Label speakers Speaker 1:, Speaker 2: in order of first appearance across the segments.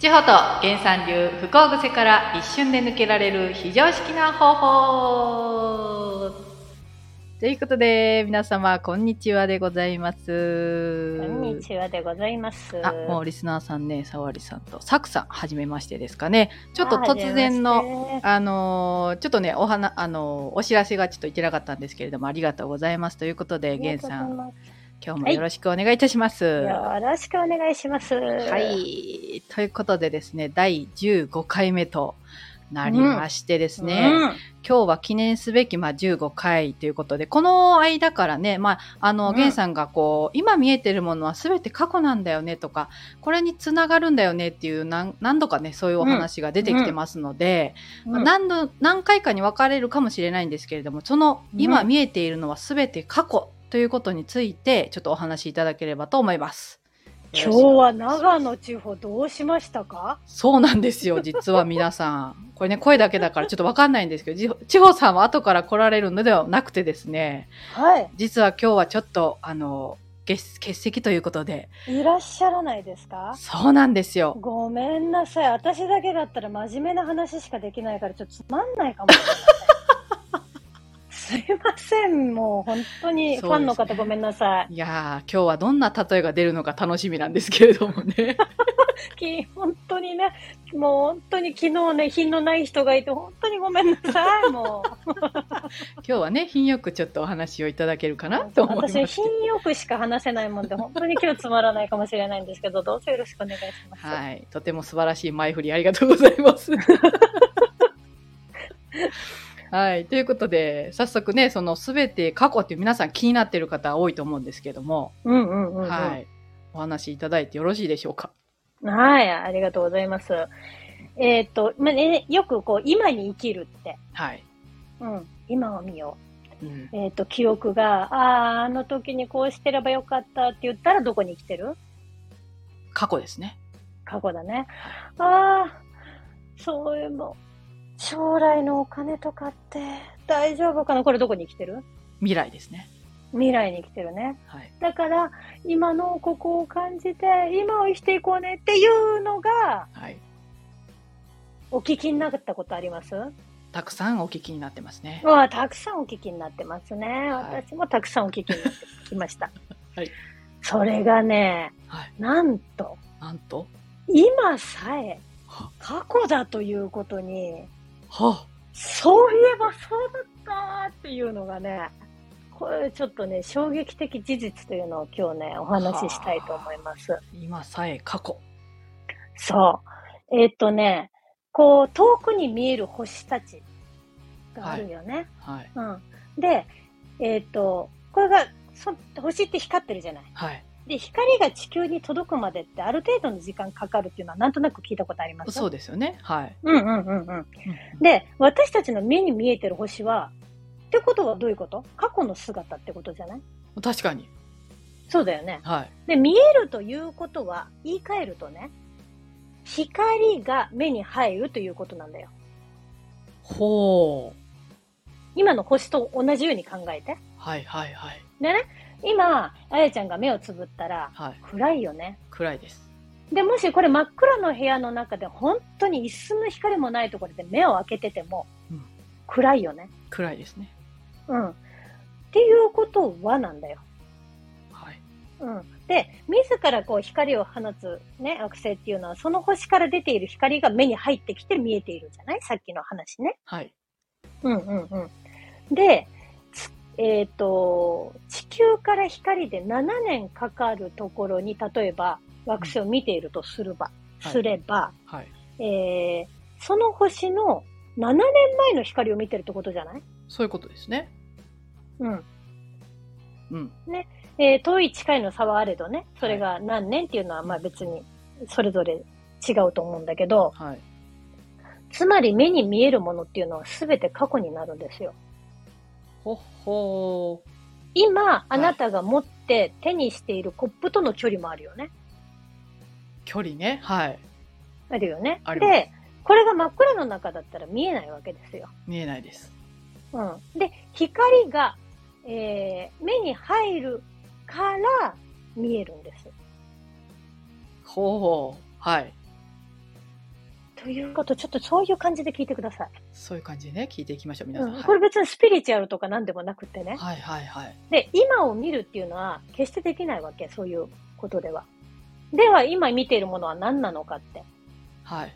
Speaker 1: 地方と原産流不幸癖から一瞬で抜けられる非常識な方法ということで皆様こんにちはでございます
Speaker 2: こんにちはでございます。
Speaker 1: あもうリスナーさんねさわりさんとさくさんはじめましてですかねちょっと突然の
Speaker 2: の。
Speaker 1: あのーちょっとね、お花、あのーお知らせがちょっといけなかったんですけれども、ありがとうございます。ということで、げんさん、
Speaker 2: よ
Speaker 1: 今日もよろしくお願いいたします。は
Speaker 2: ろしくお願いします。
Speaker 1: い。
Speaker 2: は。
Speaker 1: ということでですね、第15回目となりましてですね、今日は記念すべき、まあ、15回ということで、この間からね、まあ、あの、
Speaker 2: うん
Speaker 1: 源さんがこう、今見えてるものは全て過去なんだよねとか、これにつながるんだよねっていう何、何度かね、そういうお話が出てきてますので、まあ
Speaker 2: な、
Speaker 1: 何度何回かに分かれるかもしれないんですけれどもその今
Speaker 2: うん
Speaker 1: 見えているのは全て過去ということについてちょっとお話しいただければと思います。
Speaker 2: 今日は長野地方どうしましたか？
Speaker 1: そうなんですよ実は皆さんこれね声だけだからちょっと分かんないんですけどじ地方さんは後から来られるのではなくてですね
Speaker 2: は
Speaker 1: 実は今日はちょっとあの欠欠席ということで
Speaker 2: い。いらっしゃらないですか？
Speaker 1: そうなんですよ
Speaker 2: ごめんなさい。私だけだったら真面目な話しかできないからちょっとつまんないかもしれま せん。すいません。もう本当にファンの
Speaker 1: そうで
Speaker 2: 方
Speaker 1: すね
Speaker 2: ごめんなさい。
Speaker 1: いやー今日はどんな例えが出るのか楽しみなんですけれどもね
Speaker 2: き本当にね、もう本当に昨日ね、品のない人がいて本当にごめんなさ い。もう。
Speaker 1: 今日はね品よくちょっとお話をいただけるかなと思います
Speaker 2: 私、品よくしか話せないもんで、本当に今日つまらないかもしれないんですけど、どうぞよろしくお願いします。
Speaker 1: はい、とても素晴らしい前振りありがとうござい ます。はい、ということで早速ねその全て過去って皆さん気になってる方多いと思うんですけども、
Speaker 2: うんうんうん、う
Speaker 1: は
Speaker 2: んはい。
Speaker 1: い、お話しいただいてよろしいでしょうか。
Speaker 2: ありがとうございます。えっ、と、まあね、よくこう、今に生きるって、
Speaker 1: はい、
Speaker 2: うん、今を見よ
Speaker 1: うん
Speaker 2: う。えっ、と、記憶が、ああ、あの時にこうしてればよかったって言ったら、どこに生きてる
Speaker 1: 過去ですね。
Speaker 2: 過去だね。ああ、そういうも、将来のお金とかって大丈夫かなこれどこに生きてる
Speaker 1: 未来ですね。
Speaker 2: 未来に生きてるね。
Speaker 1: はい、
Speaker 2: だから今のここを感じて今を生きていこうねっていうのが
Speaker 1: はい、
Speaker 2: お聞きになったことあります
Speaker 1: たくさんお聞きになってますね。
Speaker 2: わあたくさんお聞きになってますね、
Speaker 1: はい
Speaker 2: 私もたくさんお聞きになってきました
Speaker 1: はい
Speaker 2: それがね
Speaker 1: はい、
Speaker 2: なんと
Speaker 1: なんと、
Speaker 2: 今さえ
Speaker 1: は
Speaker 2: 過去だということに
Speaker 1: は
Speaker 2: そういえばそうだったっていうのがねこれちょっとね衝撃的事実というのを今日ねお話ししたいと思います
Speaker 1: 今さえ過去。
Speaker 2: そう。えっ、とね、こう、遠くに見える星たちがあるよね。
Speaker 1: はい、
Speaker 2: うん。で、えっ、と、これが、そ星って光ってるじゃない。
Speaker 1: はい、
Speaker 2: で、光が地球に届くまでってある程度の時間かかるっていうのはなんとなく聞いたことあります
Speaker 1: そうですよね。はい。
Speaker 2: うんうんうんうん。
Speaker 1: うん
Speaker 2: で、私たちの目に見えてる星は、ってことはどういうこと過去の姿ってことじゃない
Speaker 1: 確かに、
Speaker 2: そうだよね。
Speaker 1: はい、
Speaker 2: で、見えるということは、言い換えるとね、光が目に入るということなんだよ。
Speaker 1: ほう、
Speaker 2: 今の星と同じように考えて。
Speaker 1: はい、はい、はい、
Speaker 2: でね、今、あやちゃんが目をつぶったら、
Speaker 1: はい、
Speaker 2: 暗いよね。
Speaker 1: 暗いです。
Speaker 2: で、もしこれ真っ暗の部屋の中で、本当に一寸の光もないところで目を開けてても
Speaker 1: うん、
Speaker 2: 暗いよね。
Speaker 1: 暗いですね。
Speaker 2: うん。っていうことはなんだよ。
Speaker 1: はい。
Speaker 2: うん。で、自らこう光を放つね、惑星っていうのは、その星から出ている光が目に入ってきて見えているじゃないさっきの話ね。
Speaker 1: はい。
Speaker 2: うんうんうん。で、つえっ、と、地球から光で7年かかるところに、例えば惑星を見ているとすれば、
Speaker 1: はい
Speaker 2: すれば、
Speaker 1: はい。
Speaker 2: えーその星の7年前の光を見てるってことじゃない
Speaker 1: そういうことですね。
Speaker 2: うん。
Speaker 1: うん。
Speaker 2: えー遠い近いの差はあれどね、それが何年っていうのはまあ別にそれぞれ違うと思うんだけど、
Speaker 1: はい。
Speaker 2: つまり目に見えるものっていうのは全て過去になるんですよ。
Speaker 1: ほっほ
Speaker 2: 今、あなたが持って手にしているコップとの距離もあるよね。
Speaker 1: ー。距離ね。はい。
Speaker 2: あるよね
Speaker 1: あ。ります
Speaker 2: で、これが真っ暗の中だったら見えないわけですよ。
Speaker 1: 見えないです。
Speaker 2: うん。で、光が、えー目に入るから見えるんです。
Speaker 1: ほう。はい。
Speaker 2: ということ、ちょっとそういう感じで聞いてください。
Speaker 1: そういう感じでね、聞いていきましょう、皆さん。
Speaker 2: うん、
Speaker 1: はい
Speaker 2: これ別にスピリチュアルとか何でもなくてね。
Speaker 1: はいはいはい。
Speaker 2: で、今を見るっていうのは決してできないわけ、そういうことでは。では、今見ているものは何なのかって。
Speaker 1: はい。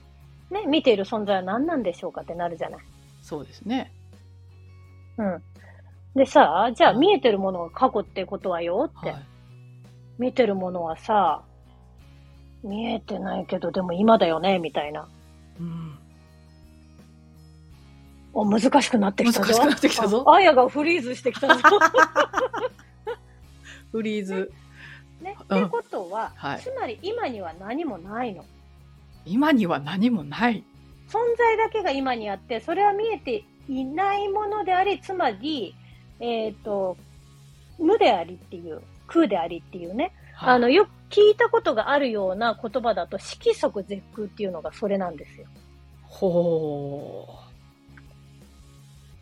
Speaker 2: ね、見ている存在は何なんでしょうかってなるじゃない。
Speaker 1: そうですね。
Speaker 2: うん。でさ、じゃあ
Speaker 1: うん
Speaker 2: 見えてるものが過去ってことはよって。
Speaker 1: はい。
Speaker 2: 見てるものはさ、見えてないけど、でも今だよね、みたいな。
Speaker 1: うん。
Speaker 2: お、難しくなってきたぞ。
Speaker 1: 難しくなってきたぞ
Speaker 2: ああやがフリーズしてきたぞ。
Speaker 1: フリーズ。
Speaker 2: ね、っ
Speaker 1: うん
Speaker 2: てことは、
Speaker 1: はい
Speaker 2: つまり今には何もないの。
Speaker 1: 今には何もない。
Speaker 2: 存在だけが今にあって、それは見えていないものであり、つまり、えっ、と、無でありっていう、空でありっていうね、
Speaker 1: はい
Speaker 2: あの、よく聞いたことがあるような言葉だと、色即絶空っていうのがそれなんですよ。
Speaker 1: ほう。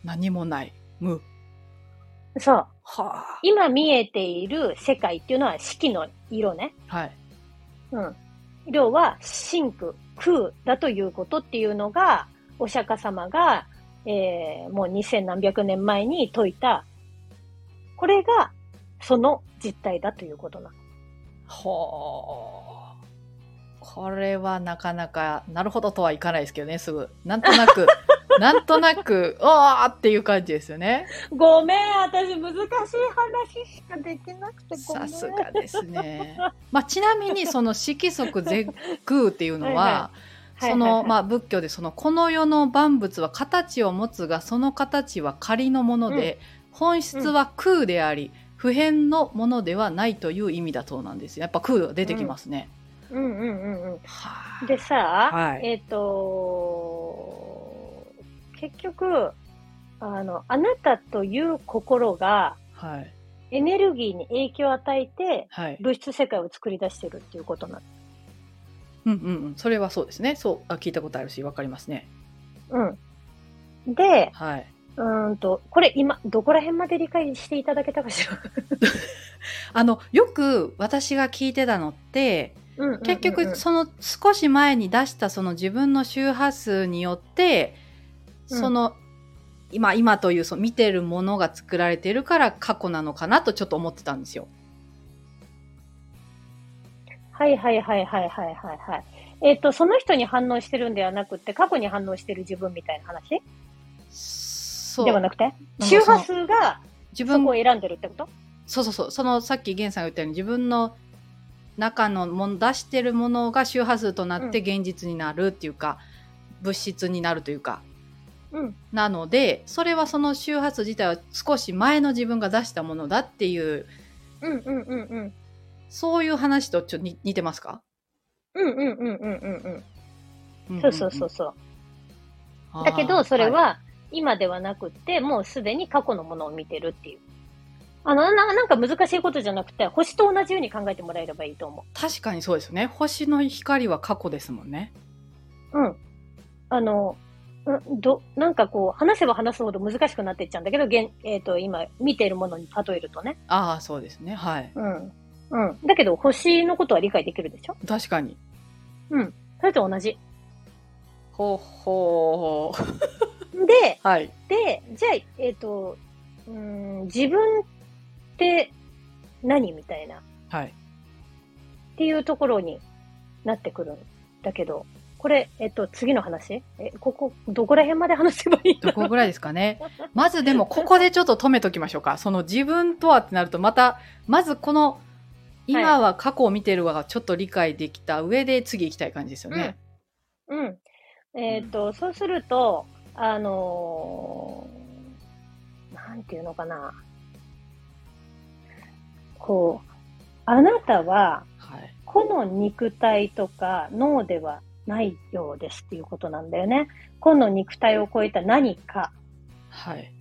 Speaker 1: 何もない。無。
Speaker 2: そう。
Speaker 1: はあ。
Speaker 2: 今見えている世界っていうのは色の色ね。
Speaker 1: はい。
Speaker 2: うん。色は真空、空だということっていうのが、お釈迦様が、えー、もう二千何百年前に説いた、これがその実態だということなの。
Speaker 1: ほう。これはなかなか、なるほどとはいかないですけどね、すぐ。なんとな く、なんとなく、うわーっていう感じですよね。
Speaker 2: ごめん、私難しい話しかできなくてご
Speaker 1: さ
Speaker 2: めん。
Speaker 1: すがですね。まあ、ちなみに、その色即是空っていうのは、
Speaker 2: はいはい
Speaker 1: そ
Speaker 2: はいはい
Speaker 1: の、
Speaker 2: はい
Speaker 1: まあ、仏教でその、この世の万物は形を持つが、その形は仮のもので、本質は空であり、普遍のものではないという意味だそうなんですよ。やっぱ空が出てきますね。
Speaker 2: うんうんうんう
Speaker 1: は
Speaker 2: ん。
Speaker 1: い
Speaker 2: でさ、
Speaker 1: はい
Speaker 2: えっ、と結局、あの、あなたという心が
Speaker 1: はい。
Speaker 2: エネルギーに影響を与えて、
Speaker 1: はい。
Speaker 2: 物質世界を作り出してるっていうことなの。
Speaker 1: うんうんうん、それはそうですね。そう、あ聞いたことあるし、わかりますね。
Speaker 2: うん。で、
Speaker 1: はい。
Speaker 2: うーんと、これ今、どこら辺まで理解していただけたかし ら。
Speaker 1: あの、よく私が聞いてたのって、
Speaker 2: うんうんうんうん
Speaker 1: 結局、その少し前に出したその自分の周波数によって、
Speaker 2: うん
Speaker 1: その、今、今というその見てるものが作られてるから過去なのかなとちょっと思ってたんですよ。
Speaker 2: はいはいはいはいはいはいはい。えっ、と、その人に反応してるんではなくて、過去に反応してる自分みたいな話
Speaker 1: そう。
Speaker 2: ではなくて、
Speaker 1: なんかそ
Speaker 2: 周
Speaker 1: の
Speaker 2: 波数が
Speaker 1: 自
Speaker 2: そ
Speaker 1: 分
Speaker 2: こを選んでるってこと
Speaker 1: そうそうそう。そのさっき源さんが言ったように自分の中のもん出してるものが周波数となって
Speaker 2: う
Speaker 1: 現実になるっていうか、物質になるというか。
Speaker 2: うん。
Speaker 1: なので、それはその周波数自体は少し前の自分が出したものだっていう、
Speaker 2: うんうんうんうん。
Speaker 1: そういう話とちょっとに似てますか、
Speaker 2: うんうんうんうんうんうん。
Speaker 1: んん
Speaker 2: そうそうそうそう。
Speaker 1: うん
Speaker 2: だけ
Speaker 1: あ
Speaker 2: ど、
Speaker 1: ー
Speaker 2: それ
Speaker 1: い
Speaker 2: は今ではなくて、もうすでに過去のものを見てるっていう。あの、ななんか難しいことじゃなくて、星と同じように考えてもらえればいいと思
Speaker 1: 確かにそうですよね。星の光は過去ですもんね。
Speaker 2: う。うん。あの、うんど、なんかこう、話せば話すほど難しくなってっちゃうんだけど、現えっ、と、今、見ているものに例えるとね。
Speaker 1: ああ、そうですね。はい。
Speaker 2: うん。うん。だけど、星のことは理解できるでしょ
Speaker 1: 確かに。
Speaker 2: うん。それと同じ。
Speaker 1: ほうほうほ
Speaker 2: で、
Speaker 1: う。はい。
Speaker 2: で、じゃあ、えっ、と、うーん、自分って何みたいな。
Speaker 1: はい。
Speaker 2: っていうところになってくるんだけど、これ、えっと、次の話え、ここ、どこら辺まで話せばいい
Speaker 1: ど
Speaker 2: の
Speaker 1: こぐらいですかね。まずでも、ここでちょっと止めときましょうか。その自分とはってなると、また、まずこの、今は過去を見てるわがちょっと理解できた上で次行きたい感じですよね。
Speaker 2: うん。えっと、そうすると、あのーなんていうのかな。こう、あなたは、
Speaker 1: はい。
Speaker 2: この肉体とか脳ではないようですっていうことなんだよね。この肉体を超えた何か
Speaker 1: はい。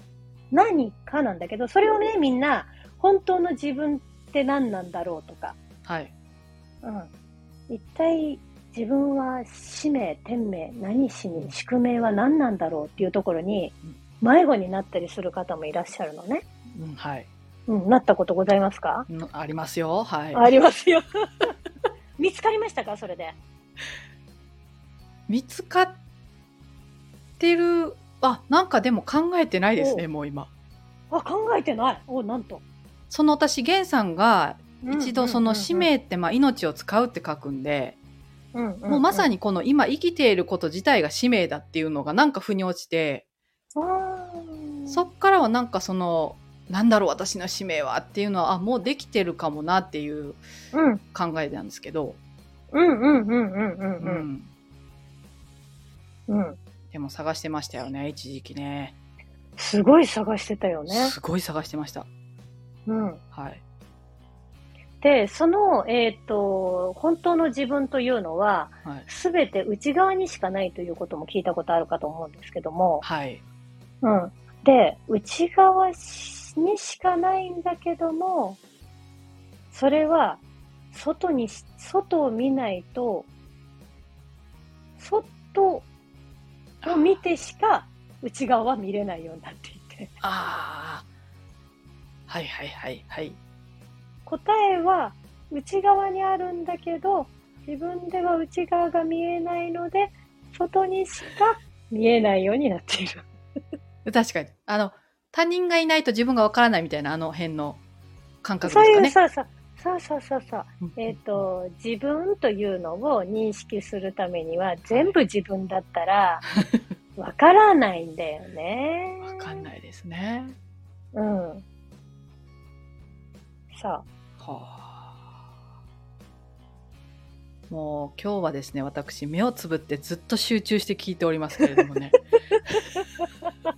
Speaker 2: 何かなんだけど、それをね、みんな、本当の自分って何なんだろうとか、
Speaker 1: はい。
Speaker 2: うん、一体自分は使命、天命、何しに、宿命は何なんだろうっていうところに迷子になったりする方もいらっしゃるのね。
Speaker 1: うん、はい。
Speaker 2: うん、なったことございますか、
Speaker 1: うんありますよ。はい。
Speaker 2: あります よ。見つかりましたかそれで。
Speaker 1: 見つかっってるあなんかでも考えてないですねもう今
Speaker 2: あ、考えてない。お、なんと。
Speaker 1: その私源さんが一度その使
Speaker 2: うん
Speaker 1: 命ってまあ命を使うって書くんで
Speaker 2: うんうんうん、
Speaker 1: もうまさ
Speaker 2: に。
Speaker 1: にこの今生きていること自体が使命だっていうのがなんか腑に落ちて
Speaker 2: あー
Speaker 1: そっからはなんかそのなんだろう私の使命はっていうのはあもうできてるかもなっていう
Speaker 2: うん。
Speaker 1: 考えなんですけど、
Speaker 2: うんうんうんうんう
Speaker 1: うんん、
Speaker 2: うん。うん。
Speaker 1: でも探してましたよね一時期ね
Speaker 2: すごい探してたよね。
Speaker 1: すごい探してました
Speaker 2: うん。
Speaker 1: はい
Speaker 2: で、その、えっ、と、本当の自分というのは、
Speaker 1: はい、
Speaker 2: すべて内側にしかないということも聞いたことあるかと思うんですけども、
Speaker 1: はい、
Speaker 2: うん。で、内側にしかないんだけども、それは、外にし、外を見ないと、外を見てしか内側は見れないようになっていて。
Speaker 1: ああはいはいはいはい
Speaker 2: 答えは内側にあるんだけど自分では内側が見えないので外にしか見えないようになっている。
Speaker 1: 確かにあの他人がいないと自分がわからないみたいなあの辺の感覚
Speaker 2: そ
Speaker 1: で
Speaker 2: う
Speaker 1: す
Speaker 2: い
Speaker 1: か
Speaker 2: う
Speaker 1: ね。
Speaker 2: ささそうそうそうそう、
Speaker 1: うん
Speaker 2: えっ、と自分というのを認識するためには全部自分だったらわからないんだよね。
Speaker 1: わかんないですね。
Speaker 2: うん。さ
Speaker 1: はあ。もう今日はですね私目をつぶってずっと集中して聞いておりますけれども ね
Speaker 2: あ、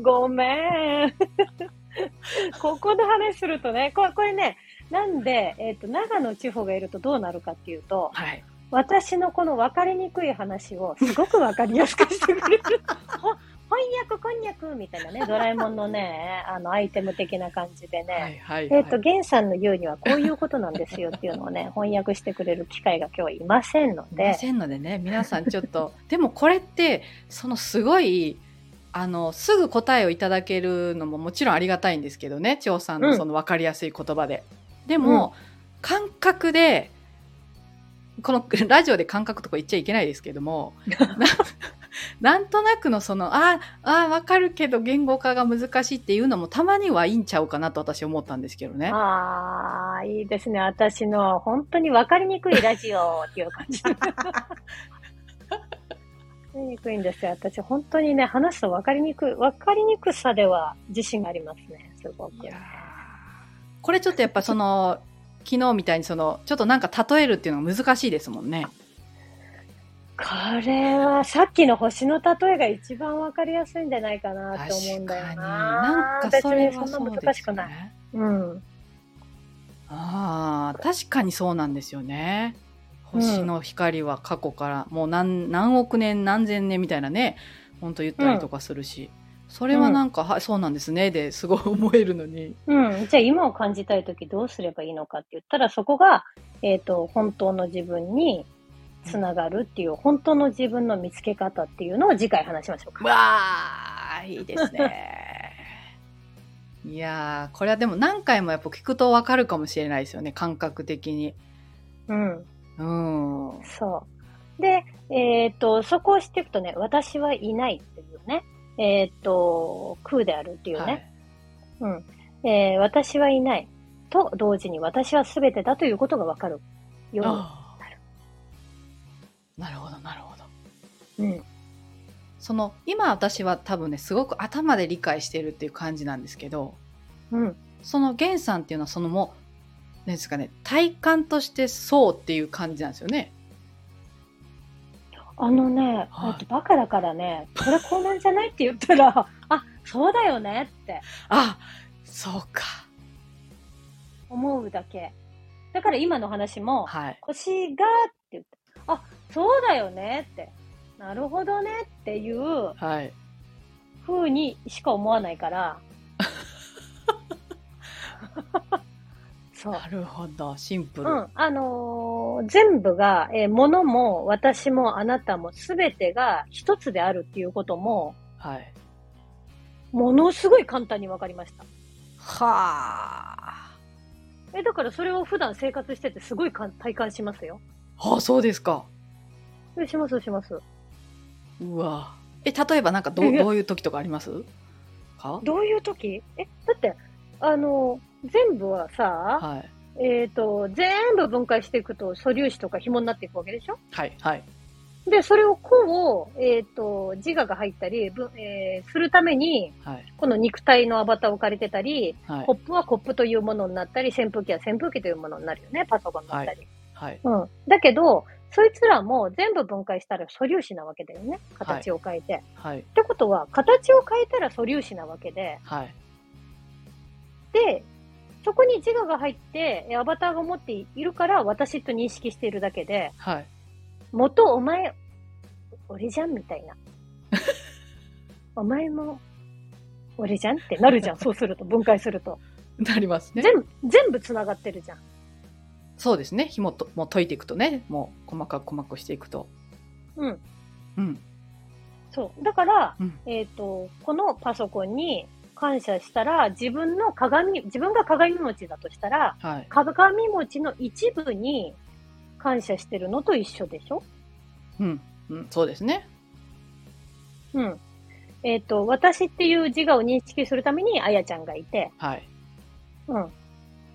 Speaker 2: ごめん。ここで話するとね、これこれね、なんで、えっ、と、長野地方がいるとどうなるかっていうと、
Speaker 1: はい
Speaker 2: 私のこの分かりにくい話をすごく分かりやすくしてくれる。 ほ翻訳こんにゃくみたいなね、ドラえもんのね、あの、アイテム的な感じでね、
Speaker 1: はいはい
Speaker 2: え
Speaker 1: は
Speaker 2: っ、と、
Speaker 1: い
Speaker 2: ゲンさんの言うにはこういうことなんですよっていうのをね、翻訳してくれる機会が今日はいませんの
Speaker 1: い
Speaker 2: で
Speaker 1: ま、せんのでね皆さんちょっと でもこれってそのすごいあのすぐ答えをいただけるのももちろんありがたいんですけどね張さん
Speaker 2: う
Speaker 1: の
Speaker 2: ん
Speaker 1: その分かりやすい言葉で。でも、感覚でこの ラジオで感覚とか言っちゃいけないですけど もななんとなくのそのああ分かるけど言語化が難しいっていうのもたまにはいいんちゃうかなと私思ったんですけどね。
Speaker 2: ああ、いいですね。私の本当に分かりにくいラジオっていう感 じ。分かりにくいんですよ。私本当にね、話すと分かりにくい、分かりにくさでは自信がありますね。すごく。
Speaker 1: いやーこれちょっとやっぱその昨日みたいにそのちょっとなんか例えるっていうのが難しいですもんね。
Speaker 2: これはさっきの星の例えが一番分かりやすいんじゃないかなって思うんだよな。
Speaker 1: なんかそれはそう
Speaker 2: 別にそんな
Speaker 1: で
Speaker 2: 難し
Speaker 1: す
Speaker 2: く
Speaker 1: よ
Speaker 2: ない。
Speaker 1: ね。
Speaker 2: うん。
Speaker 1: ああ確かにそうなんですよね。星の光は過去から、もう何何億年何千年みたいなね本当言ったりとかするし、それはなんか、はいそうなんですねですごい思えるのに。
Speaker 2: うん、じゃあ今を感じたいときどうすればいいのかって言ったらそこが、えっと本当の自分につながるっていう、本当の自分の見つけ方っていうのを次回話しましょうか。
Speaker 1: わーいいです ねいやーこれはでも何回もやっぱ聞くとわかるかもしれないですよね感覚的に
Speaker 2: うん、
Speaker 1: うんは
Speaker 2: そう。で、えっとそこを知っていくとね私はいないっていうね、えっと空であるっていうね、
Speaker 1: い
Speaker 2: うんえー私はいないと同時に私は全てだということがわかるよ
Speaker 1: あーなるほどなるほど
Speaker 2: うに。うん
Speaker 1: その今私は多分ねすごく頭で理解してるっていう感じなんですけど
Speaker 2: うん
Speaker 1: その源さんっていうのはそのもうなんですかね体感としてそうっていう感じなんですよね
Speaker 2: あのね、
Speaker 1: はい
Speaker 2: えっとバカだからね、これこうなんじゃないって言っ たら、あ、そうだよねって
Speaker 1: あそうか
Speaker 2: 思うだけ。だから今の話も、
Speaker 1: はい
Speaker 2: 腰がって言って、あ、そうだよねって、なるほどねっていう
Speaker 1: はい
Speaker 2: 風にしか思わない から。そう。
Speaker 1: なるほどシンプル、
Speaker 2: うん、あのー全部が、えー物も私もあなたも全てが一つであるっていうことも、
Speaker 1: はい
Speaker 2: ものすごい簡単に分かりました。
Speaker 1: はあ。
Speaker 2: え、だからそれを普段生活しててすごいかん体感しますよ。
Speaker 1: あ、そうですか。
Speaker 2: えしますします。
Speaker 1: うわ。え例えばなんか どうどういう時とかありますか
Speaker 2: どういう時え、だって、あの、全部はさ、
Speaker 1: はい
Speaker 2: えっ、と、全部分解していくと素粒子とか紐になっていくわけでしょ
Speaker 1: はいはい
Speaker 2: で、それをこう、えっ、と、自我が入ったり、ぶえーするために、
Speaker 1: はい
Speaker 2: この肉体のアバターを借りてたり、
Speaker 1: はい
Speaker 2: コップはコップというものになったり、扇風機は扇風機というものになるよね、パソコンだったり。
Speaker 1: はい
Speaker 2: うん。だけど、そいつらも全部分解したら素粒子なわけだよね。形を変えて。っ
Speaker 1: はい
Speaker 2: てことは、形を変えたら素粒子なわけで、
Speaker 1: はい
Speaker 2: で、そこに自我が入って、えアバターが持っているから私と認識しているだけで、
Speaker 1: はい
Speaker 2: 元お前、俺じゃんみ たいな。お前も、俺じゃんってなるじゃん。 そうすると、分解すると。
Speaker 1: なりますね
Speaker 2: 全部、全部繋がってるじゃん。
Speaker 1: そうですね紐ともう解いていくとねもう細かく細かくしていくと
Speaker 2: うん。
Speaker 1: うん
Speaker 2: そう。だから、
Speaker 1: うん
Speaker 2: えっ、と、このパソコンに感謝したら、自分の鏡、自分が鏡餅だとしたら、
Speaker 1: はい
Speaker 2: 鏡餅の一部に感謝してるのと一緒でしょ
Speaker 1: うんうんそうですね
Speaker 2: うん。えっ、と、私っていう自我を認識するために、あやちゃんがいて、
Speaker 1: はい
Speaker 2: うん。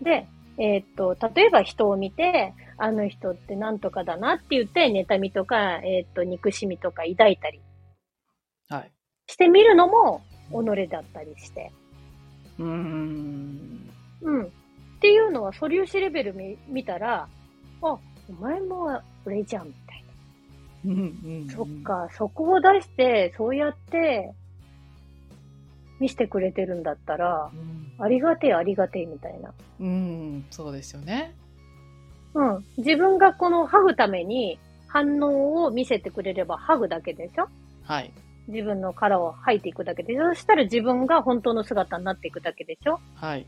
Speaker 2: で、えっ、と、例えば人を見て、あの人ってなんとかだなって言って、妬みとか、えっ、と、憎しみとか抱いたり
Speaker 1: はい
Speaker 2: してみるのも、己だったりして。
Speaker 1: うーん
Speaker 2: うん。っていうのは素粒子レベル見見たら、あ、お前も俺じゃん、みたい
Speaker 1: うんうんうん
Speaker 2: な。そっか、そこを出して、そうやって、見せてくれてるんだったら
Speaker 1: う、ん
Speaker 2: ありがてえ、ありがてえ、みたいな。
Speaker 1: うんそうですよね
Speaker 2: うん。自分がこの、剥ぐために、反応を見せてくれれば、剥ぐだけでしょ
Speaker 1: はい
Speaker 2: 自分の殻を吐いていくだけでしょそしたら自分が本当の姿になっていくだけでしょ
Speaker 1: はい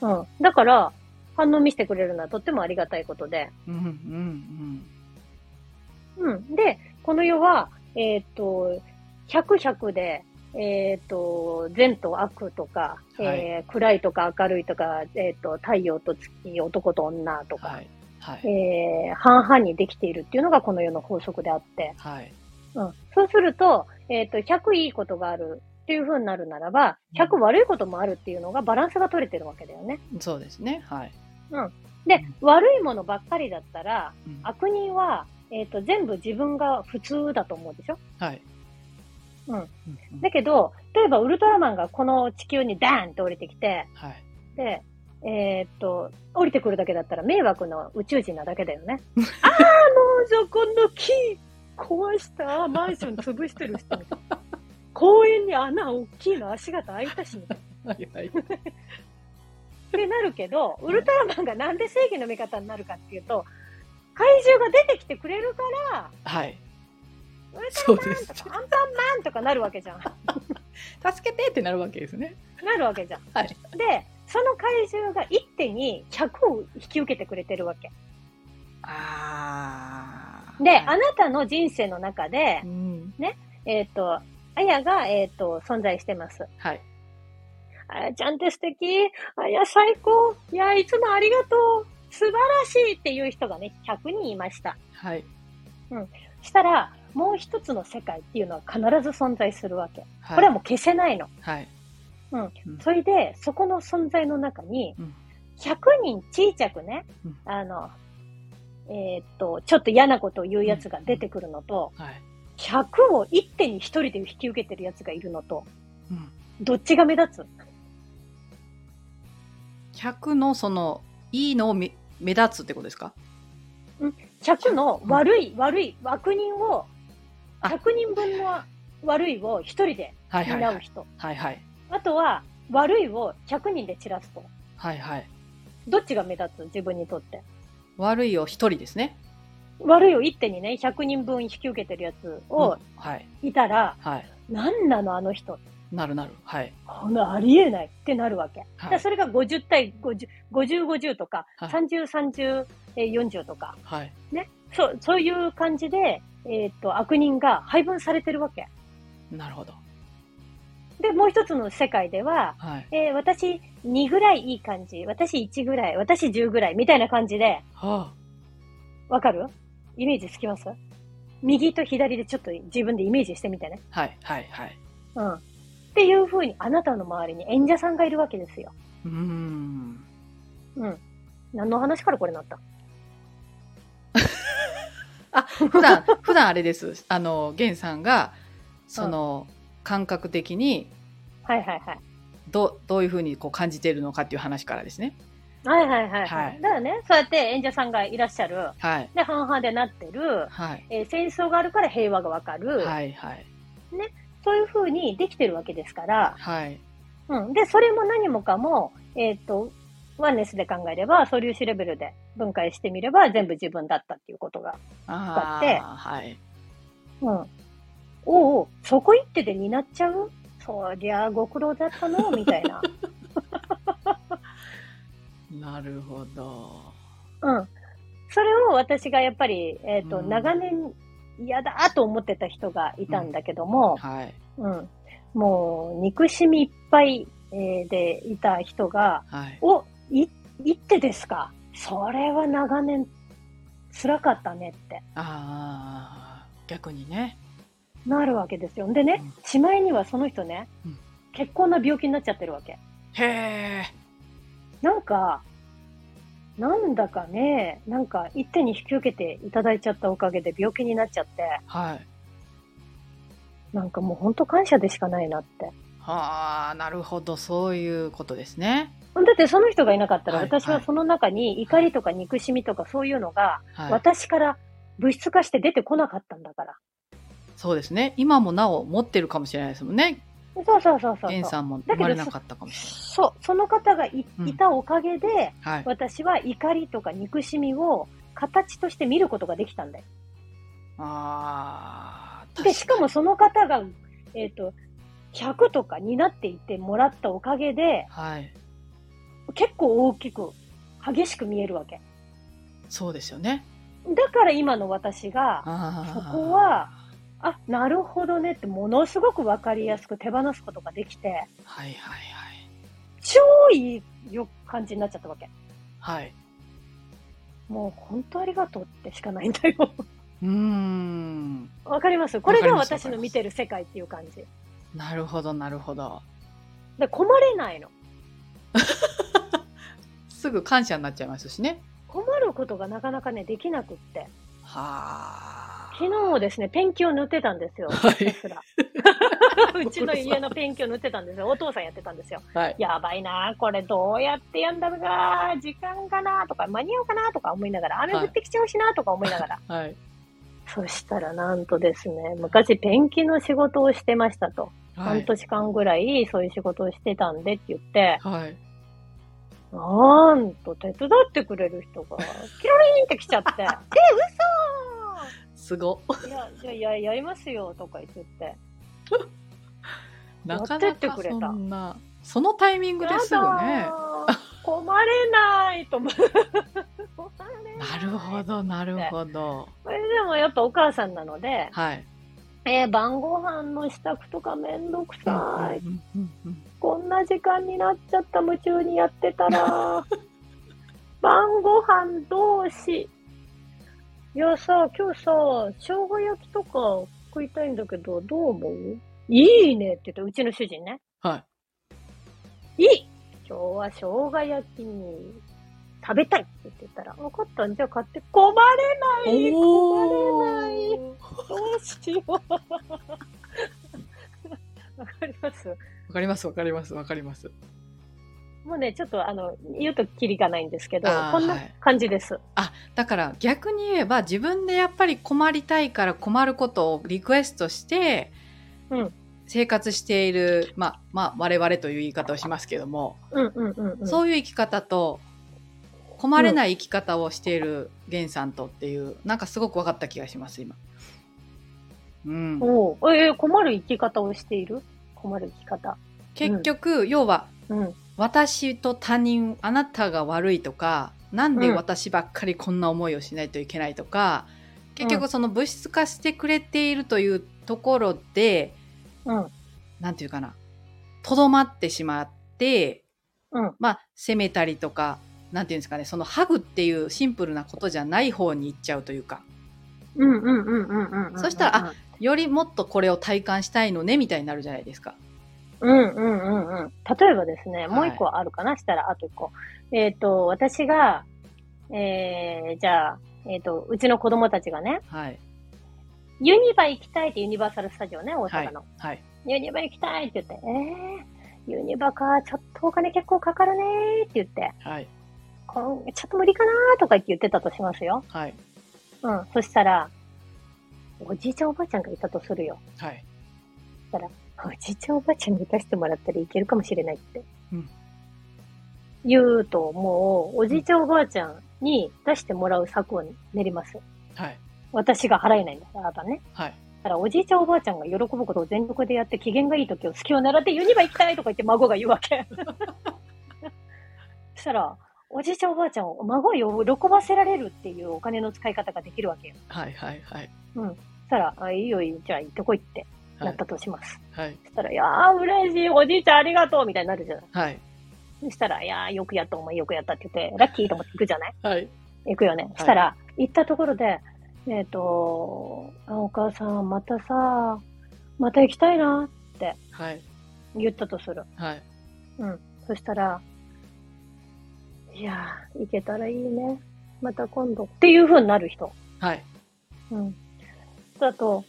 Speaker 2: うん。だから、反応見せてくれるのはとってもありがたいことで。
Speaker 1: うんうんうん
Speaker 2: うん。で、この世は、えーっと、100、100で、えーっと、善と悪とか、えー暗いとか明るいとか、えーっと、太陽と月、男と女とか、
Speaker 1: はいはい
Speaker 2: えー半々にできているっていうのがこの世の法則であって、
Speaker 1: はい
Speaker 2: うん。そうすると、えーっと、100いいことがあるっていう風になるならば、100悪いこともあるっていうのがバランスが取れてるわけだよね。
Speaker 1: そうですねはい
Speaker 2: で、悪いものばっかりだったら、
Speaker 1: うん
Speaker 2: 悪人は、えーっと、全部自分が普通だと思うでしょ
Speaker 1: はい
Speaker 2: うん
Speaker 1: うん
Speaker 2: だけど、例えばウルトラマンがこの地球にダーンって降りてきて、
Speaker 1: はい
Speaker 2: で、えーっと、降りてくるだけだったら迷惑の宇宙人なだけだよ ね。ああ、もうそこの木壊した、マンション潰してる人。公園に穴大きいの足形開いたし、ね、
Speaker 1: はいはい
Speaker 2: ってなるけど、ウルトラマンがなんで正義の味方になるかっていう と、怪獣が出てきてくれるから、
Speaker 1: はい
Speaker 2: ウル
Speaker 1: そう
Speaker 2: ト
Speaker 1: で
Speaker 2: ラ
Speaker 1: す
Speaker 2: マンとかアンパンマンとかなるわけじゃん。
Speaker 1: 助けてってなるわけですね
Speaker 2: なるわけじゃん。
Speaker 1: はい
Speaker 2: で、その怪獣が一手に100を引き受けてくれてるわけ。
Speaker 1: あ
Speaker 2: で、あなたの人生の中で
Speaker 1: う、ん
Speaker 2: えっ、と、あやが、えっ、と、存在してます。
Speaker 1: はい
Speaker 2: あやちゃんって素敵あや最高いや、いつもありがとう素晴らしいっていう人がね、100人いました。
Speaker 1: はい
Speaker 2: したら、もう一つの世界っていうのは必ず存在するわけ。
Speaker 1: はい
Speaker 2: これはもう消せないの。
Speaker 1: はい
Speaker 2: うん
Speaker 1: うん
Speaker 2: それで、そこの存在の中に
Speaker 1: うん、
Speaker 2: 100人小さくね
Speaker 1: うん、
Speaker 2: あの、えーっと、ちょっと嫌なことを言うやつが出てくるのと、
Speaker 1: はい
Speaker 2: 100を一手に一人で引き受けてるやつがいるのと、
Speaker 1: うん
Speaker 2: どっちが目立つ
Speaker 1: 100のそのいいのをめ目立つってことですか
Speaker 2: ?100 の悪い、悪い、悪人を、
Speaker 1: あ
Speaker 2: 100人分の悪いを一人で
Speaker 1: はいはいは
Speaker 2: 担う
Speaker 1: い
Speaker 2: 人。
Speaker 1: はいはい
Speaker 2: あとは、悪いを100人で散らすと。
Speaker 1: はいはい
Speaker 2: どっちが目立つ自分にとって。
Speaker 1: 悪いを一人ですね
Speaker 2: 悪いを一手にね、100人分引き受けてるやつを
Speaker 1: うんはい
Speaker 2: いたら、
Speaker 1: はい
Speaker 2: なんなのあの人。
Speaker 1: なるなるはい
Speaker 2: こんなありえないってなるわけ。だか
Speaker 1: は
Speaker 2: ら
Speaker 1: い
Speaker 2: それが50対50、50、50とか、
Speaker 1: はい
Speaker 2: 30、30、えー40とか、
Speaker 1: はい
Speaker 2: そう、そういう感じで、えーっと、悪人が配分されてるわけ。
Speaker 1: なるほど
Speaker 2: で、もう一つの世界では、
Speaker 1: はい
Speaker 2: えー私2ぐらいいい感じ、私1ぐらい、私10ぐらい、みたいな感じで、
Speaker 1: は
Speaker 2: わかるイメージつきます
Speaker 1: あ
Speaker 2: 右と左でちょっと自分でイメージしてみてね。
Speaker 1: はいはいはい。
Speaker 2: うん。っていうふうに、あなたの周りに演者さんがいるわけですよ。
Speaker 1: うーん。
Speaker 2: うん。何の話からこれなった
Speaker 1: あ、普 段、普段あれです。あの、ゲンさんが、その、感覚的に、
Speaker 2: はいはいはい。
Speaker 1: どどういうふうにこう感じているのかっていう話からですね。
Speaker 2: はいはいはい、はい。
Speaker 1: はい
Speaker 2: だからね、そうやって演者さんがいらっしゃる。
Speaker 1: はい。
Speaker 2: で、半々でなってる。
Speaker 1: はい。
Speaker 2: えー戦争があるから平和がわかる。
Speaker 1: はいはい。
Speaker 2: そういうふうにできてるわけですから。
Speaker 1: はい。
Speaker 2: うん。で、それも何もかも、えっ、と、ワンネスで考えれば、素粒子レベルで分解してみれば、全部自分だったっていうことが。
Speaker 1: あ
Speaker 2: だって
Speaker 1: あ、はい。
Speaker 2: うん。おうおう、そこ一手で担っちゃうそりゃあご苦労だったの、みたい な。
Speaker 1: なるほど。
Speaker 2: うん。それを私がやっぱり、えっ、と、
Speaker 1: うん
Speaker 2: 長年嫌だと思ってた人がいたんだけども、
Speaker 1: はい。
Speaker 2: うん。もう、憎しみいっぱい、えーでいた人が、
Speaker 1: はい。
Speaker 2: お、い、一手ですかそれは長年辛かったねって
Speaker 1: ああ、逆にね。
Speaker 2: なるわけですよ。でね
Speaker 1: うん、
Speaker 2: しまいにはその人ね、
Speaker 1: うん
Speaker 2: 結婚の病気になっちゃってるわけ。
Speaker 1: へえ。
Speaker 2: なんか、なんだかね、なんか一手に引き受けていただいちゃったおかげで病気になっちゃって、
Speaker 1: はい。
Speaker 2: なんかもう本当感謝でしかないなって。
Speaker 1: はあ、なるほど。そういうことですね。
Speaker 2: だってその人がいなかったら
Speaker 1: はい
Speaker 2: 私はその中に怒りとか憎しみとかそういうのが
Speaker 1: はい。
Speaker 2: 私から物質化して出てこなかったんだから。
Speaker 1: そうですね。今もなお持ってるかもしれないですもんね。
Speaker 2: そうそうそうそう
Speaker 1: ゲン
Speaker 2: そう。
Speaker 1: さんも生まれなかったかもし
Speaker 2: そう、その方がい,、
Speaker 1: うん
Speaker 2: いたおかげで
Speaker 1: れない。はい。
Speaker 2: 私は怒りとか憎しみを形として見ることができたんだよ
Speaker 1: ああ、確
Speaker 2: で、しかもその方が、えっ、と、100とかになっていってもらったおかげで、
Speaker 1: はい。
Speaker 2: 結構大きく、激しく見えるわけ。
Speaker 1: そうですよね。
Speaker 2: だから今の私が、
Speaker 1: あー
Speaker 2: そこは、あ、なるほどねって、ものすごくわかりやすく手放すことができて、
Speaker 1: はいはい
Speaker 2: 超いいよ感じになっちゃったわけ。
Speaker 1: はい。はい。
Speaker 2: もう本当ありがとうってしかないんだよ。
Speaker 1: うーん。
Speaker 2: わかりますこれが
Speaker 1: わかります
Speaker 2: 私の見てる世界っていう感じ。
Speaker 1: なるほどなるほど。
Speaker 2: で、困れないの。
Speaker 1: すぐ感謝になっちゃいますしね。
Speaker 2: 困ることがなかなかね、できなくって。
Speaker 1: はあ。
Speaker 2: 昨日もですね、ペンキを塗ってたんですよ。
Speaker 1: はい
Speaker 2: ひた すらうちの家のペンキを塗ってたんですよ。お父さんやってたんですよ。
Speaker 1: はい。
Speaker 2: やばいな、これどうやってやんだろうが、時間かなとか、間に合うかなとか思いながら、雨
Speaker 1: はい
Speaker 2: 降ってきちゃうしなとか思いながら。
Speaker 1: はい。
Speaker 2: そしたらなんとですね、昔ペンキの仕事をしてましたと。
Speaker 1: は
Speaker 2: 半
Speaker 1: い。
Speaker 2: 年間ぐらいそういう仕事をしてたんでって言って、
Speaker 1: はい。
Speaker 2: なんと手伝ってくれる人が、キロリンって来ち ゃって、え、嘘
Speaker 1: すご。
Speaker 2: いや、じゃあや、やりますよ、とか言ってて。
Speaker 1: なか
Speaker 2: や
Speaker 1: な
Speaker 2: ってっ
Speaker 1: か
Speaker 2: てくれた
Speaker 1: そんな。そのタイミングです
Speaker 2: や
Speaker 1: ぐね
Speaker 2: だ。ー。困れないと思う。 困れない
Speaker 1: なるほ。ど、なるほど。
Speaker 2: これでもやっぱお母さんなので、
Speaker 1: はい。
Speaker 2: えー晩ご飯の支度とかめんどくさい。
Speaker 1: うんうんうん
Speaker 2: こんな時間になっちゃった夢中にやってたら。晩ご飯どうし。いやさ、今日さ、生姜焼きとか食いたいんだけど、どう思ういいねって言って、うちの主人ね。
Speaker 1: はい。
Speaker 2: いい今日は生姜焼きに食べたいって言ってたら、分かったんじゃあ買って、困れない困れない
Speaker 1: ー
Speaker 2: どうしよう わかります
Speaker 1: わかります、わかります、わかります。
Speaker 2: もうね、ちょっとあの、言うとキリがないんですけど
Speaker 1: あ、ー
Speaker 2: こんな
Speaker 1: はい
Speaker 2: 感じです。
Speaker 1: あだから逆に言えば自分でやっぱり困りたいから困ることをリクエストして、
Speaker 2: うん
Speaker 1: 生活している、まあ、まあ我々という言い方をしますけども、
Speaker 2: うんうんうん、うん。
Speaker 1: そういう生き方と困れない生き方をしている源さんとっていうなんかすごく分かった気がします今。うん、
Speaker 2: おうえー困る生き方をしている困る生き方。
Speaker 1: 結局、要は
Speaker 2: うん。
Speaker 1: 私と他人あなたが悪いとかなんで私ばっかりこんな思いをしないといけないとか、結
Speaker 2: う
Speaker 1: 局その物質化してくれているというところで
Speaker 2: うん。
Speaker 1: なんていうかなとどまってしまって
Speaker 2: うん。
Speaker 1: まあ責めたりとかなんていうんですかねそのハグっていうシンプルなことじゃない方に行っちゃうというか
Speaker 2: うんうんうんうんうんうんうん。
Speaker 1: そしたらあ、よりもっとこれを体感したいのねみたいになるじゃないですか。
Speaker 2: うんうんうんうん。例えばですね、もう一個あるかな、したら、あと一個。えっ、と、私が、えー、じゃあ、えっ、と、うちの子供たちがね、
Speaker 1: はい
Speaker 2: ユニバ行きたいってユニバーサルスタジオね、大阪の。
Speaker 1: はい
Speaker 2: ユニバ行きたいって言って、えー、ユニバか、ちょっとお金結構かかるねーって言って、
Speaker 1: はい
Speaker 2: こんちょっと無理かなーとか言って言ってたとしますよ。
Speaker 1: はい
Speaker 2: うん。そしたら、おじいちゃんおばあちゃんがいたとするよ。
Speaker 1: はい。
Speaker 2: おじいちゃんおばあちゃんに出してもらったらいけるかもしれないって。
Speaker 1: うん
Speaker 2: 言うと、もう、おじいちゃんおばあちゃんに出してもらう策を練ります。
Speaker 1: はい
Speaker 2: 私が払えないんだから、あなたね。
Speaker 1: はい。
Speaker 2: だから、おじいちゃんおばあちゃんが喜ぶことを全力でやって、機嫌がいい時を隙を狙ってユニバ行きたいとか言って孫が言う わけ。そしたら、おじいちゃんおばあちゃんを、孫を喜ばせられるっていうお金の使い方ができるわけよ。
Speaker 1: はいはいはい。
Speaker 2: そしたら、あいいよいいよ、じゃあ行ってこいって
Speaker 1: は
Speaker 2: なっ
Speaker 1: い
Speaker 2: たとします。
Speaker 1: はい
Speaker 2: そしたら、いやー、嬉しい、おじいちゃんありがとうみたいになるじゃない。
Speaker 1: はい
Speaker 2: そしたら、いやー、よくやった、お前よくやったって言って、ラッキーと思って行くじゃない
Speaker 1: はい
Speaker 2: 行くよね。そしたら、行ったところで、えっ、とあ、お母さん、またさ、また行きたいな、
Speaker 1: はい
Speaker 2: 言ったとする。
Speaker 1: はい。
Speaker 2: うん。そしたら、いやー、行けたらいいね。また今度。っていう風になる人。
Speaker 1: はい。
Speaker 2: うん。だと、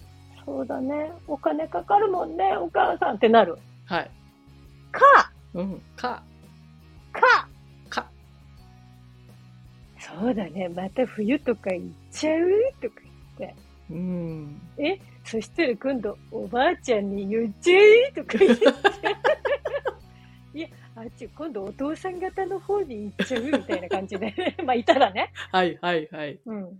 Speaker 2: そうだね、お金かかるもんね、お母さんってなる。
Speaker 1: はい。
Speaker 2: か、
Speaker 1: うん。か。
Speaker 2: か、
Speaker 1: か。
Speaker 2: そうだね、また冬とか行っちゃうとか言って。
Speaker 1: うん。
Speaker 2: え、そしたら今度おばあちゃんに言っちゃえとか言 って。いや、あっち、今度お父さん方の方に行っちゃうみたいな感じで。 まあ、いたらね。
Speaker 1: はいはいはい。
Speaker 2: うん。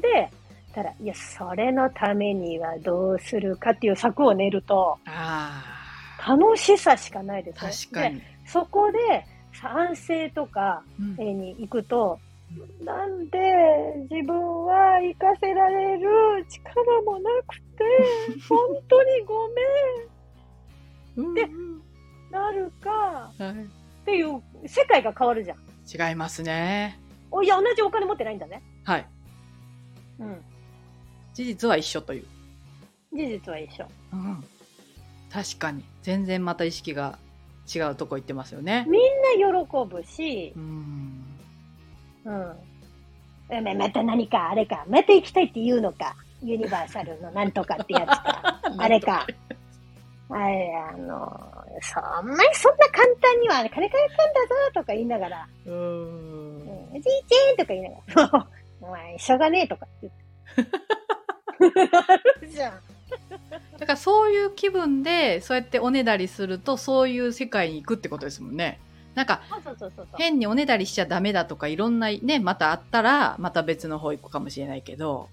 Speaker 2: で、たら、いや、それのためにはどうするかっていう策を練ると、
Speaker 1: あ
Speaker 2: 楽しさしかないで
Speaker 1: あ。
Speaker 2: すね。
Speaker 1: 確か
Speaker 2: で。
Speaker 1: に。
Speaker 2: そこで、賛成とか、
Speaker 1: うん
Speaker 2: えーに行くと、なんで自分は生かせられる力もなくて、本当にごめ
Speaker 1: うん
Speaker 2: でんなるか、
Speaker 1: はい
Speaker 2: っていう世界が変わるじゃん。
Speaker 1: 違いますね。
Speaker 2: おいや、同じお金持ってないんだね。
Speaker 1: はい。
Speaker 2: うん。
Speaker 1: 事実は一緒という。
Speaker 2: 事実は一緒。
Speaker 1: うん。確かに。全然また意識が違うとこ行ってますよね。
Speaker 2: みんな喜ぶし
Speaker 1: う、ん。
Speaker 2: うん。えままた何かあれか、また行きたいって言うのか、ユニバーサルのなんとかってやつか、あれか。あれ、あの、そんな、そんな簡単には、金かかるんだぞとか言いながら、
Speaker 1: う。
Speaker 2: うんんおじいちゃんとか言いながら、お前、しょうがねえとか言って。あるじゃん。
Speaker 1: だからそういう気分でそうやっておねだりするとそういう世界に行くってことですもんね。なんか
Speaker 2: あそうそうそうそう。
Speaker 1: 変におねだりしちゃダメだとかいろんなねまたあったらまた別の方行くかもしれないけど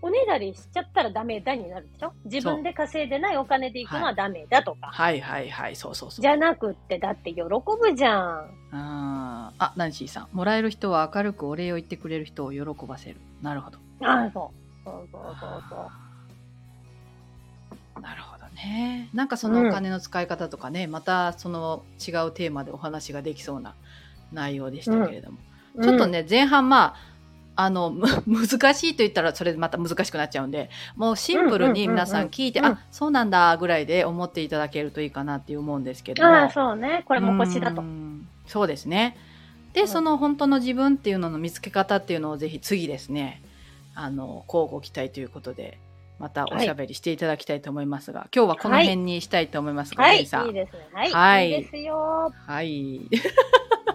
Speaker 2: おねだりしちゃったらダメだになるでしょ自分で稼いでないお金で行くの
Speaker 1: は
Speaker 2: はダメだとか。
Speaker 1: はいはいはいそうそうそう。
Speaker 2: じゃなくって、だって喜ぶじゃん。
Speaker 1: あーあナンシーさん「もらえる人は明るくお礼を言ってくれる人を喜ばせる」なるほど。
Speaker 2: あそう。そうそうそうそう。
Speaker 1: なるほどね。なんかそのお金の使い方とかね、またその違うテーマでお話ができそうな内容でしたけれども、ちょっとね、前半まああのむ 難しいと言ったらそれでまた難しくなっちゃうんでもうシンプルに皆さん聞いて、
Speaker 2: うんうんうんうん
Speaker 1: あそうなんだぐらいで思っていただけるといいかなって思うんですけ
Speaker 2: うん。
Speaker 1: ども
Speaker 2: ああ、そうね。これも腰だと
Speaker 1: う。んそうですねで、
Speaker 2: うん
Speaker 1: その本当の自分っていうのの見つけ方っていうのをぜひ次ですねあの交互期待ということでまたおしゃべりしていただきたいと思いますが、今日はこの辺にしたいと思いますが、
Speaker 2: はい。い
Speaker 1: メイさん
Speaker 2: いですね。はい。、
Speaker 1: はいい
Speaker 2: いですよ。
Speaker 1: はい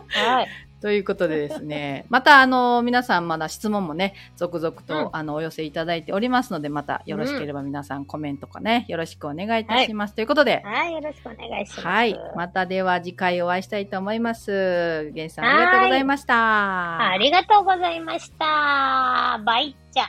Speaker 2: はい。
Speaker 1: ということでですね、 またあの皆さんまだ質問もね、続々と、
Speaker 2: うん
Speaker 1: あのお寄せいただいておりますので、またよろしければ皆さんコメントかね、よろしくお願いいたします。ということで、
Speaker 2: はい。よろしくお願いします。
Speaker 1: はい、またでは次回お会いしたいと思います。源さんありがとうございました。
Speaker 2: ありがとうございました。バイチャ。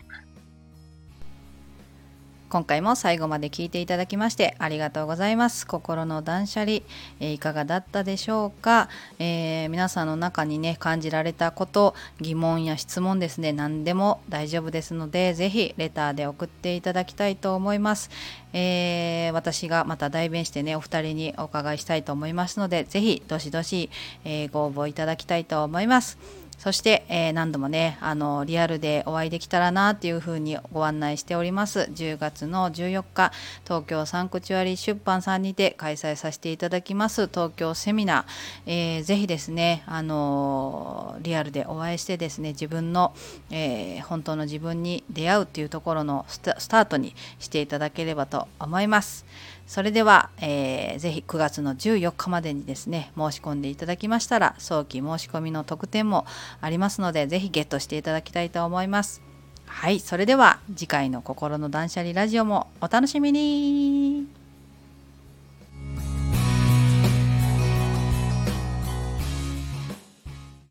Speaker 1: 今回も最後まで聞いていただきましてありがとうございます心の断捨離、えーいかがだったでしょうか、えー皆さんの中にね感じられたこと疑問や質問ですね何でも大丈夫ですのでぜひレターで送っていただきたいと思います、えー私がまた代弁してねお二人にお伺いしたいと思いますのでぜひどしどし、えーご応募いただきたいと思いますそして、えー何度もねあのリアルでお会いできたらなっていうふうにご案内しております10月の14日東京サンクチュアリ出版さんにて開催させていただきます東京セミナー、えーぜひですね、あのーリアルでお会いしてですね自分の、えー本当の自分に出会うっていうところのスタスタートにしていただければと思います。それでは、えーぜひ9月の14日までにですね申し込んでいただきましたら早期申し込みの特典もありますのでぜひゲットしていただきたいと思いますはいそれでは次回の「心の断捨離ラジオ」もお楽しみに